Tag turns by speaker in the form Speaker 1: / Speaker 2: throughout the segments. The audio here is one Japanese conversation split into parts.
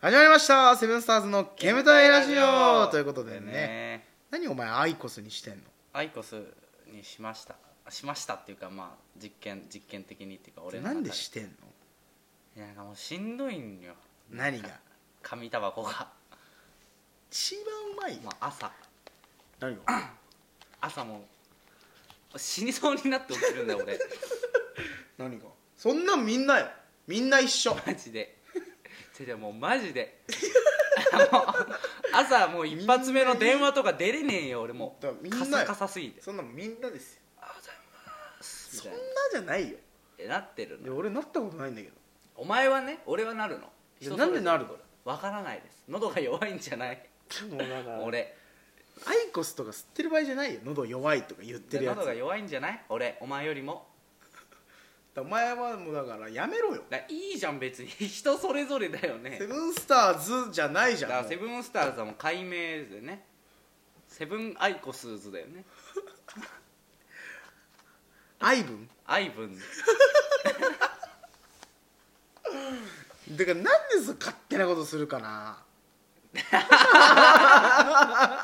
Speaker 1: 始まりましたセブンスターズのゲームタイラジ
Speaker 2: ゲームタイ
Speaker 1: オ
Speaker 2: ラジオ
Speaker 1: ということでね何お前アイコスにしてんの
Speaker 2: アイコスにしましたしましたっていうかまあ実験実験的にっていうか俺の
Speaker 1: な
Speaker 2: 中
Speaker 1: んでしてんの
Speaker 2: いやなんかもうしんどいんよ
Speaker 1: 何が
Speaker 2: 紙タバコが、
Speaker 1: 一番うまい
Speaker 2: まあ、朝
Speaker 1: 何が
Speaker 2: 朝も死にそうになって起きるんだよ俺
Speaker 1: 何がそんなんみんなよみんな一緒
Speaker 2: マジでじゃじゃもうマジで もう朝もう一発目の電話とか出れねえよ俺も
Speaker 1: だからみん
Speaker 2: カ
Speaker 1: な
Speaker 2: サ
Speaker 1: よ
Speaker 2: カサすぎて
Speaker 1: そんなんみんなですよ
Speaker 2: 「あおはようございます」
Speaker 1: そん
Speaker 2: み
Speaker 1: な
Speaker 2: たいな
Speaker 1: じゃないよ
Speaker 2: えなってる
Speaker 1: で
Speaker 2: の
Speaker 1: 俺なったことないんだけど
Speaker 2: お前はね俺はなるの
Speaker 1: いやなんでなるの
Speaker 2: わからないです喉が弱いんじゃない
Speaker 1: でもなん か
Speaker 2: 俺
Speaker 1: アイコスとか吸ってる場合じゃないよ喉弱いとか言ってるやつ
Speaker 2: 喉が弱いんじゃない俺お前よりも
Speaker 1: お前はもうだからやめろよ
Speaker 2: だいいじゃん別に 人それぞれだよね
Speaker 1: セブンスターズじゃないじ
Speaker 2: だ
Speaker 1: ゃん
Speaker 2: から
Speaker 1: も
Speaker 2: セ
Speaker 1: う
Speaker 2: ブンスターズはもう解明でねセブンアイコスーズだよね
Speaker 1: アイブン
Speaker 2: アイブン
Speaker 1: だからなんでその勝手なことするか なな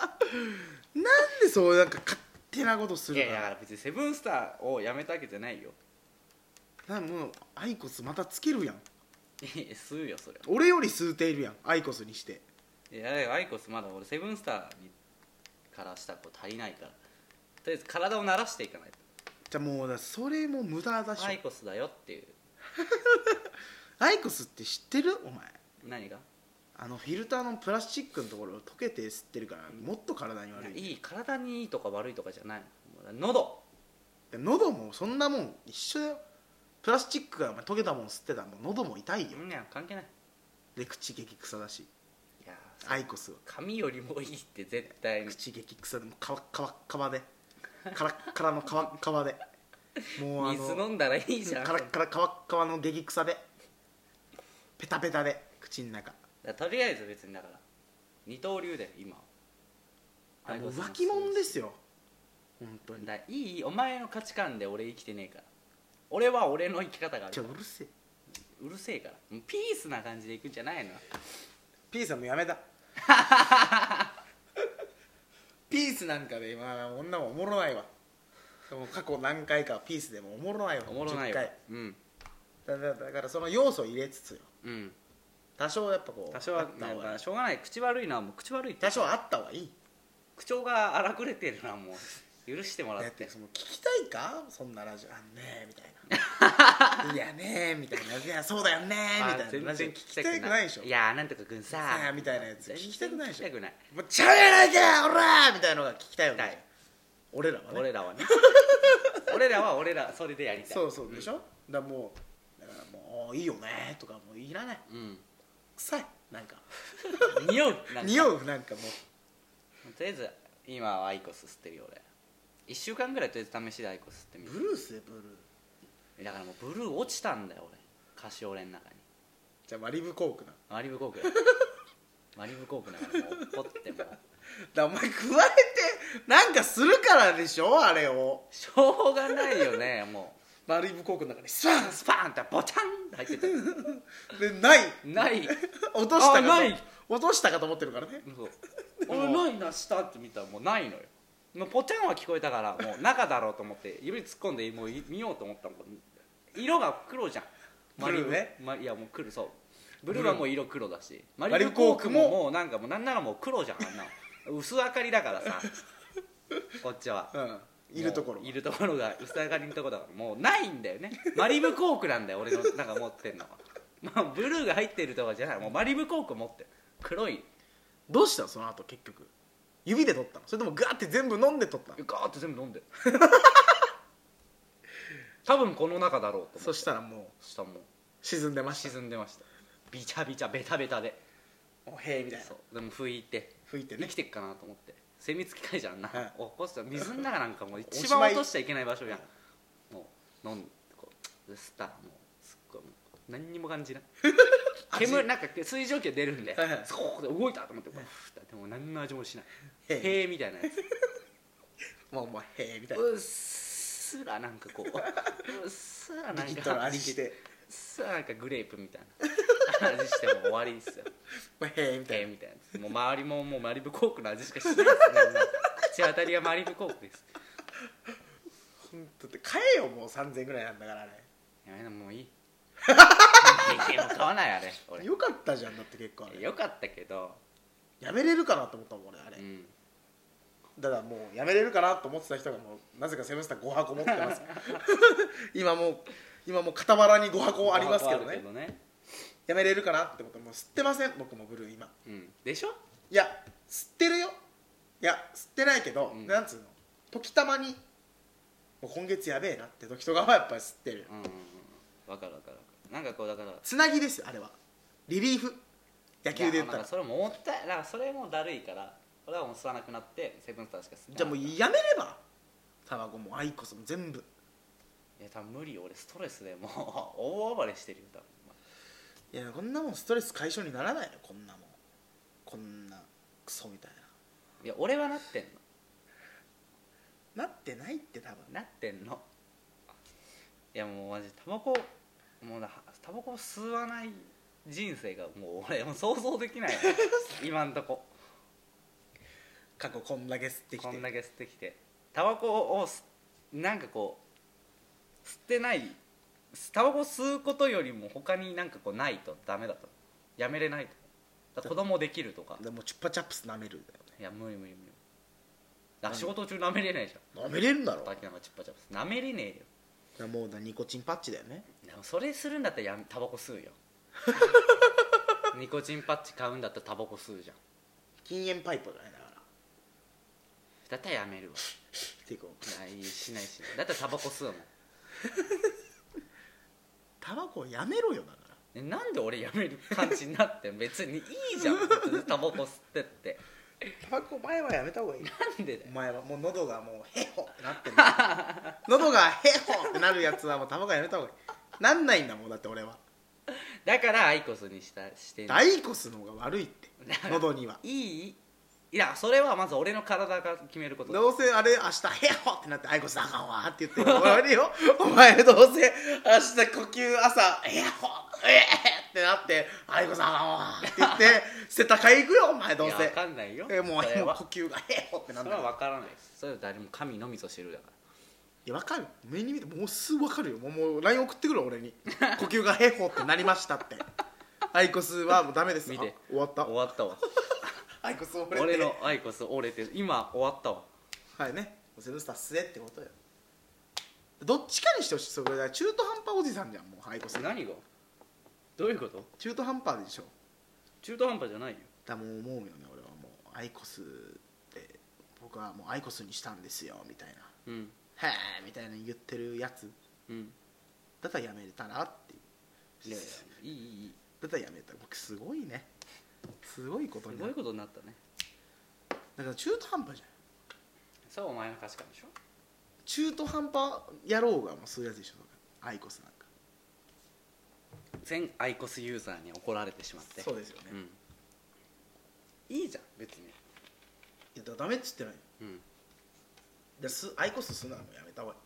Speaker 1: んでそうなんか勝手なことす
Speaker 2: いや
Speaker 1: る
Speaker 2: い
Speaker 1: か
Speaker 2: やだ
Speaker 1: な
Speaker 2: から別にセブンスターをやめたわけじゃないよ
Speaker 1: なんかもうアイコスまたつけるやん
Speaker 2: いや吸うよそれは
Speaker 1: 俺より吸うているやんアイコスにして
Speaker 2: いやだからアイコスまだ俺セブンスターにからしたらこう足りないからとりあえず体を慣らしていかないと
Speaker 1: じゃあもうだからそれも無駄だし、
Speaker 2: アイコスだよっていう
Speaker 1: アイコスって知ってるお前
Speaker 2: 何が
Speaker 1: あのフィルターのプラスチックのところ溶けて吸ってるからもっと体に悪い
Speaker 2: いい体にいいとか悪いとかじゃないもう喉
Speaker 1: で喉もそんなもん一緒だよプラスチックがお前溶けたもん吸ってたらもう喉も痛いよ
Speaker 2: うんいや関係ない
Speaker 1: で口激臭だし
Speaker 2: いや
Speaker 1: アイコスは
Speaker 2: 髪よりもいいって絶対に
Speaker 1: 口激臭でもうカワッカワッカワでカラッカラのカワッカワでもうあ
Speaker 2: 水
Speaker 1: の
Speaker 2: 飲んだらいいじゃん
Speaker 1: カラッカラカワッカワの激臭でペタペタで口の中
Speaker 2: だからとりあえず別にだから二刀流で今
Speaker 1: あもう浮気者ですよ本当に
Speaker 2: だからいいお前の価値観で俺生きてねえから俺は俺の生き方があ
Speaker 1: ちょ
Speaker 2: る
Speaker 1: うるせえ
Speaker 2: うるせえからもうピースな感じでいくんじゃないの
Speaker 1: P さんもやめた ピースなんかで今女もおもろないわでも過去何回かピースでもおもろないわ
Speaker 2: おもろない
Speaker 1: 10
Speaker 2: わ
Speaker 1: 回
Speaker 2: うん
Speaker 1: だだだからその要素を入れつつよ
Speaker 2: うん
Speaker 1: 多少やっぱこう
Speaker 2: 多少は
Speaker 1: あった方が
Speaker 2: しょうがない口悪いのはもう口悪いって
Speaker 1: 多少あった方がいい
Speaker 2: 口調が荒くれてるのはもう許してもら
Speaker 1: だ
Speaker 2: っ
Speaker 1: って
Speaker 2: て
Speaker 1: その聞きたいかそんなラジオあんねえみたい ないやねえみたいないやそうだよねえみ
Speaker 2: あ
Speaker 1: たい
Speaker 2: 全
Speaker 1: なラジオ聞
Speaker 2: 然
Speaker 1: きたくないでしょ
Speaker 2: いやーなんとか君さ
Speaker 1: さあみたいなやつ聞きたくないでしょ
Speaker 2: 聞きたくない
Speaker 1: もうちゃうやないかおらみたいなのが聞きたいわけじゃん
Speaker 2: 聞きたい
Speaker 1: 俺らはね
Speaker 2: 俺 らはね俺らは俺らそれでやりたい
Speaker 1: そうそうでしょ、だからもうだからもういいよねとかもういらない
Speaker 2: うん
Speaker 1: 臭いなんか
Speaker 2: 匂うなんか
Speaker 1: 匂うなんかも
Speaker 2: とりあえず今はアイコス吸ってるよ俺1週間ぐらいとりあえず試しでアイコス吸
Speaker 1: う
Speaker 2: って
Speaker 1: ブルースブルー
Speaker 2: みだからもうブルー落ちたんだよ俺カシオレの中に
Speaker 1: じゃあマリブコークな
Speaker 2: マリブコーク マリブコークだからもうポッてもう
Speaker 1: だからお前食われてなんかするからでしょあれを
Speaker 2: しょうがないよねも
Speaker 1: マリブコークの中にスパ
Speaker 2: うスパーンってボチャンって入ってたよ
Speaker 1: ンでない
Speaker 2: ない
Speaker 1: 落としたかと
Speaker 2: あない
Speaker 1: 落としたかと思ってるからね
Speaker 2: そう俺ないな下って見たらもうないのよもうポチャンは聞こえたからもう中だろうと思って指突っ込んでもうい見ようと思ったの色が黒じゃん
Speaker 1: ブルーね
Speaker 2: マリブまいやもう黒そうブルーはもう色黒だしマ
Speaker 1: リ
Speaker 2: リ
Speaker 1: ブ
Speaker 2: ブ
Speaker 1: コ
Speaker 2: コ
Speaker 1: ー
Speaker 2: ー
Speaker 1: ク
Speaker 2: ク
Speaker 1: も
Speaker 2: ももうなんかもうなんならもう黒じゃんあんなの薄明かりだからさこっちは
Speaker 1: うんいるところ
Speaker 2: も
Speaker 1: が
Speaker 2: ういるところが薄明かりのところだからもうないんだよねマリブコークなんだよ俺のなんか持ってんのは、まあ、ブルーが入ってるとかじゃないもうマリブコーク持ってる黒い
Speaker 1: どうしたのその後結局指で取ったのそれともガーって全部飲んで取ったの
Speaker 2: ガーって全部飲んで 多分この中だろうと思って
Speaker 1: そしたらもう
Speaker 2: 下もう
Speaker 1: 沈んでました
Speaker 2: 沈んでましたビチャビチャベタベタで
Speaker 1: おへえみたいな
Speaker 2: そうでも拭いて
Speaker 1: 拭いて
Speaker 2: 生
Speaker 1: ね
Speaker 2: きてっかなと思って精密機械じゃんな、
Speaker 1: はい
Speaker 2: 落っこした水の中なんかもう
Speaker 1: お
Speaker 2: 一
Speaker 1: し
Speaker 2: 番
Speaker 1: まい
Speaker 2: 落としちゃいけない場所やんもう飲んでこううっすったらもうすっごいもう何にも感じない
Speaker 1: 味
Speaker 2: 煙なんか水蒸気が出るんで、
Speaker 1: はいはい
Speaker 2: そこで動いたと思ってこうふーってでも何の味もしない
Speaker 1: へえ
Speaker 2: へえみたいなやつ
Speaker 1: もうもうへえみたいな
Speaker 2: うっすらなんか こううっすらなんか
Speaker 1: リキッドの味して
Speaker 2: うっすらなんかグレープみたいな味しても終わり ですよ
Speaker 1: ウェーみた
Speaker 2: え
Speaker 1: い
Speaker 2: ー
Speaker 1: な
Speaker 2: みたいなもう周りももうマリブコークの味しかしないですねみんな口当たりがマリブコークです
Speaker 1: 本当って買えよもう3000円ぐらいなんだからあれ
Speaker 2: やめなもういいいやもう買わないあれ俺
Speaker 1: よかったじゃんだって結構あれ
Speaker 2: よかったけど、
Speaker 1: やめれるかなと思ったもん俺あれ、
Speaker 2: うん、
Speaker 1: だからもうやめれるかなと思ってた人がもうなぜかセブンスター5箱持ってます 今もう今もう傍らに5箱ありますけど
Speaker 2: ある
Speaker 1: ねやめれるかなって思ってもう吸ってません僕もブルー今
Speaker 2: うん、でしょ
Speaker 1: いや吸ってるよいや吸ってないけど、
Speaker 2: うん
Speaker 1: なんつうの時たまにもう今月やべえなって時とかはやっぱり吸ってる
Speaker 2: うんうんうんわかるわかるわかるなんかこうだから
Speaker 1: つなぎですよあれはリリーフ野球で言っ
Speaker 2: いやな
Speaker 1: た
Speaker 2: んからそれもったいなんかそれもだるいから俺はもう吸わなくなってセブンスターしか吸ってない
Speaker 1: じゃあもう
Speaker 2: い
Speaker 1: やめればタバコもアイコスも全部
Speaker 2: や多分無理よ俺ストレスでもう 大暴れしてるよ多分
Speaker 1: いやこんなもんストレス解消にならないよこんなもんこんなクソみたい
Speaker 2: いや俺はなってんの
Speaker 1: ななってないって多分
Speaker 2: なってんのいやもうマジタバコもうなタバコ吸わない人生がもう俺もう想像で きない今んとこ
Speaker 1: 過去こんだけ吸ってき
Speaker 2: こ
Speaker 1: て
Speaker 2: んだけ吸ってきてタバコを吸なんかこう吸ってないタバコ吸うことよりも他になんかこうないとダメだとやめれないとだから子供できるとか
Speaker 1: でもチュッパチャップス舐めるだよ
Speaker 2: いや無理無理無理
Speaker 1: なん
Speaker 2: あ
Speaker 1: で
Speaker 2: 仕事中舐めれないじゃ
Speaker 1: ね舐めれるんだろ
Speaker 2: んバキなんかチッパチャップ舐めれねえ
Speaker 1: だ
Speaker 2: よ
Speaker 1: もうだニコチンパッチだよね
Speaker 2: でもそれするんだったらやめタバコ吸うよニコチンパッチ買うんだったらタバコ吸うじゃん
Speaker 1: 禁煙パイプだねだから
Speaker 2: だったらやめるわ
Speaker 1: っていうか
Speaker 2: いやいいしないしないだったらタバコ吸うもん
Speaker 1: タバコをやめろよだから
Speaker 2: ねなんで俺やめる感じになってん別にいいじゃん別にタバコ吸ってって
Speaker 1: タバコ前はやめた方がいい
Speaker 2: なんでだ
Speaker 1: お
Speaker 2: よ
Speaker 1: 前はもう喉がもうヘホってなって る喉がヘホってなるやつはもうタバコやめた方がいいなんないんだもんだって俺は
Speaker 2: だからアイコスにしたしてんの
Speaker 1: ダイコスの方が悪いって
Speaker 2: だから
Speaker 1: 喉にはい
Speaker 2: いいやそれはまず俺の体が決めることだ
Speaker 1: どうせあれ明日ヘホってなってアイコスあかんわって言って終わりよお前どうせ明日呼吸朝ヘホええってなってアイコスあかんわって言って 世田谷行くよお前どう
Speaker 2: いやわ
Speaker 1: せ
Speaker 2: かんないよ
Speaker 1: えもう
Speaker 2: それ
Speaker 1: もう
Speaker 2: は
Speaker 1: 呼吸が ヘホってな
Speaker 2: そ
Speaker 1: ん
Speaker 2: れ
Speaker 1: だ
Speaker 2: は
Speaker 1: よ
Speaker 2: 分からないですそれは誰も神のみぞ知るだから
Speaker 1: いや分かる目に見てもうすぐ分かるよもうもう LINE 送ってくる俺 に「呼吸がヘホってなりました」って「アイコスはもうダメです
Speaker 2: 見て
Speaker 1: あ終わった
Speaker 2: 終わったわ
Speaker 1: アイコス折れて
Speaker 2: 俺のアイコス折れてる今終わったわ
Speaker 1: はいねセブンスター吸えってことよどっちかにしてほしいそれだから中途半端おじさんじゃんもうアイコス
Speaker 2: 何がどういうこと
Speaker 1: 中途半端でしょ
Speaker 2: 中途半端じゃないよ
Speaker 1: だからもう思うよね俺はもうアイコスって僕はもうアイコスにしたんですよみたいな
Speaker 2: うん
Speaker 1: 「へえ」みたいなの言ってるやつ
Speaker 2: うん
Speaker 1: だったらやめれたらっていう
Speaker 2: いやいやいいいいいい
Speaker 1: だったらやめた僕すごいねすごいこと
Speaker 2: す
Speaker 1: にな
Speaker 2: ごい
Speaker 1: る
Speaker 2: ことになったね
Speaker 1: だから中途半端じゃん
Speaker 2: そうお前の価値観でしょ
Speaker 1: 中途半端野郎がもうそういうやつでしょだからアイコスなんか
Speaker 2: 全アイコスユーザーに怒られてしまって
Speaker 1: そうですよね、い
Speaker 2: ん、いいじゃん別に
Speaker 1: やだダメっつってないよ
Speaker 2: うん
Speaker 1: ですアイコスするならもうやめた方がい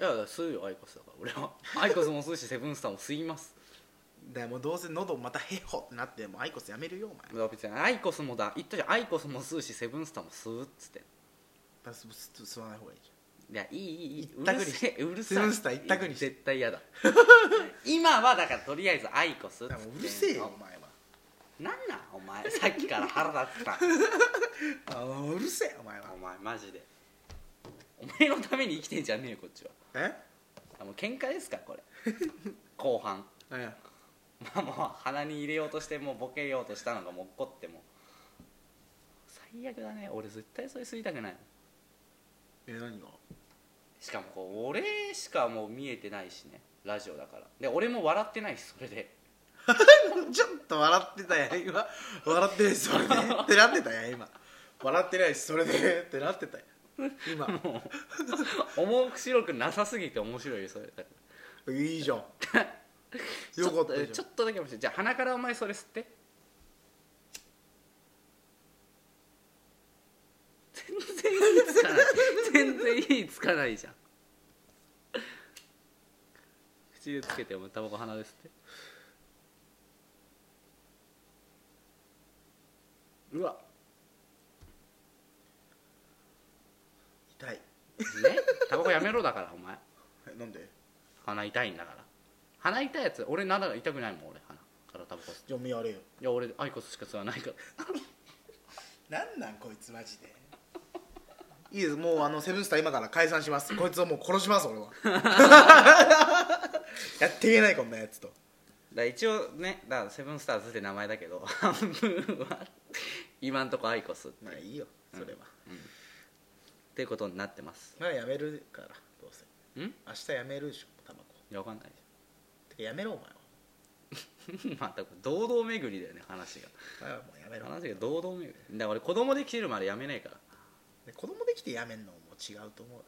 Speaker 2: いやいや吸うよアイコスだから俺はアイコスも吸うしセブンスターも吸います
Speaker 1: いだからもうどうせ喉またヘホってなってもうアイコスやめるよお前
Speaker 2: だから別にアイコスもだ言ったじゃんアイコスも吸うしセブンスターも吸うっつって
Speaker 1: だすす吸わない方がいいじ
Speaker 2: いやいいいいいい
Speaker 1: 一択にして
Speaker 2: うるせ
Speaker 1: セ
Speaker 2: えう
Speaker 1: ブ
Speaker 2: る
Speaker 1: ンスタ
Speaker 2: さい
Speaker 1: ー一択にして
Speaker 2: 絶対 嫌だ今はだからとりあえずアイコスっ
Speaker 1: ゃんだ
Speaker 2: つっ
Speaker 1: からも
Speaker 2: てんの
Speaker 1: ううるせえよお前は
Speaker 2: なんなんお前さっきから腹 立って
Speaker 1: あーうるせえお前
Speaker 2: た
Speaker 1: は
Speaker 2: お前マジでお前のために生きてんじゃねえよこっちは
Speaker 1: え
Speaker 2: あもう喧嘩ですかこれ 後半
Speaker 1: 何や
Speaker 2: まあもう鼻に入れようとしてもうボケようとしたのがもう怒っても最悪だね俺絶対それ吸いたくない
Speaker 1: え何が
Speaker 2: しかもこう俺しかもう見えてないしねラジオだからで俺も笑ってないしそれで
Speaker 1: ちょっと笑ってたや今笑ってないしそれでってなってたや今笑ってないしそれでってなってたや今
Speaker 2: もう面白くなさすぎて面白いよそれだか
Speaker 1: いい じゃん
Speaker 2: ら
Speaker 1: よかった
Speaker 2: ちょ
Speaker 1: じゃ
Speaker 2: っ
Speaker 1: ん
Speaker 2: とちょっとだけ面白いじゃあ鼻からお前それ吸って全然いいつかない全然いいつかないじゃん口でつけてお前タバコ鼻で吸って
Speaker 1: うわ痛い
Speaker 2: ねタバコやめろだからお前
Speaker 1: えなんで
Speaker 2: 鼻痛いんだから鼻痛いやつ俺なら痛くないもん俺鼻からタバコ吸って
Speaker 1: じゃあおめえやれよ
Speaker 2: いや俺アイコスしか吸わないから
Speaker 1: なんなんこいつマジでいいですもうあのセブンスター今から解散しますこいつをもう殺します俺 はやっていけないこんなやつと
Speaker 2: だから一応ねだからセブンスターズって名前だけど半分は今んとこアイコスっ
Speaker 1: まあいいよそれは、
Speaker 2: ていうことになってます
Speaker 1: まあやめるからどうせ
Speaker 2: んい
Speaker 1: 明日やめるでしょタバコ
Speaker 2: やわかんないで
Speaker 1: てかやめろお前は
Speaker 2: しょ また堂々巡りだよね話が
Speaker 1: お前はもうやめろ
Speaker 2: 話が堂々巡りだから俺子供できてるまでやめねえから
Speaker 1: で子供できてやめんのももう違うと思うよ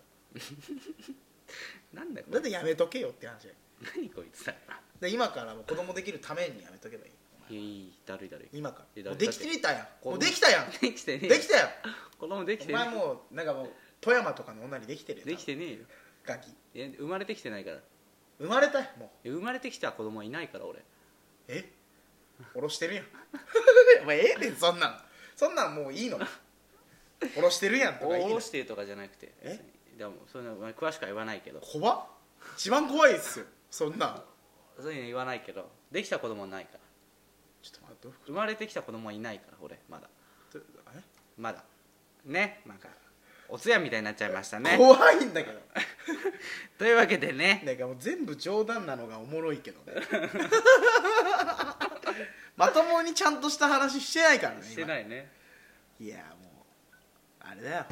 Speaker 2: なんだよこ
Speaker 1: だ
Speaker 2: れ
Speaker 1: ってやめとけよって話だよ
Speaker 2: 何こいつだよ
Speaker 1: で今からもう子供できるためにやめとけばいい
Speaker 2: いいだるいだるい
Speaker 1: 今か
Speaker 2: え
Speaker 1: ら
Speaker 2: だ
Speaker 1: もう
Speaker 2: って
Speaker 1: できてみたやん
Speaker 2: 子供
Speaker 1: もうできた やん
Speaker 2: できてねえ
Speaker 1: できたやん
Speaker 2: 子供でき
Speaker 1: お
Speaker 2: てね
Speaker 1: 前もうなんかもう富山とかの女にできてるよ
Speaker 2: えできてねえよ
Speaker 1: ガキ
Speaker 2: いや生まれてきてないからい
Speaker 1: 生まれたよもう
Speaker 2: や生まれてきた子供はいないから俺
Speaker 1: えおろして るやんお前ええでそんなんそんなんもういいのおろしてるやんとかいい
Speaker 2: お
Speaker 1: の
Speaker 2: ろしてとかじゃなくて
Speaker 1: え
Speaker 2: でもそういうの詳しくは言わないけど
Speaker 1: 怖っ一番怖いっすよそんなん
Speaker 2: そういうの言わないけどできた子供はないから
Speaker 1: ちょっと待ってどう
Speaker 2: 生まれてきた子供はいないから俺まだ
Speaker 1: どえ
Speaker 2: まだねなんかお通夜みたいになっちゃいましたね
Speaker 1: 怖いんだけど
Speaker 2: というわけでね
Speaker 1: なんかもう全部冗談なのがおもろいけどね まともにちゃんとした話してないからね
Speaker 2: して
Speaker 1: 今
Speaker 2: ないね
Speaker 1: いやもうあれだよ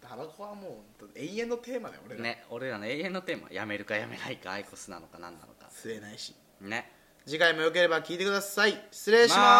Speaker 1: タバコはもう永遠のテーマだよ俺ら、
Speaker 2: ね俺らの永遠のテーマやめるかやめないかアイコスなのか何なのか
Speaker 1: 吸えないし
Speaker 2: ね
Speaker 1: 次回もよければ聞いてください失礼します、
Speaker 2: まあ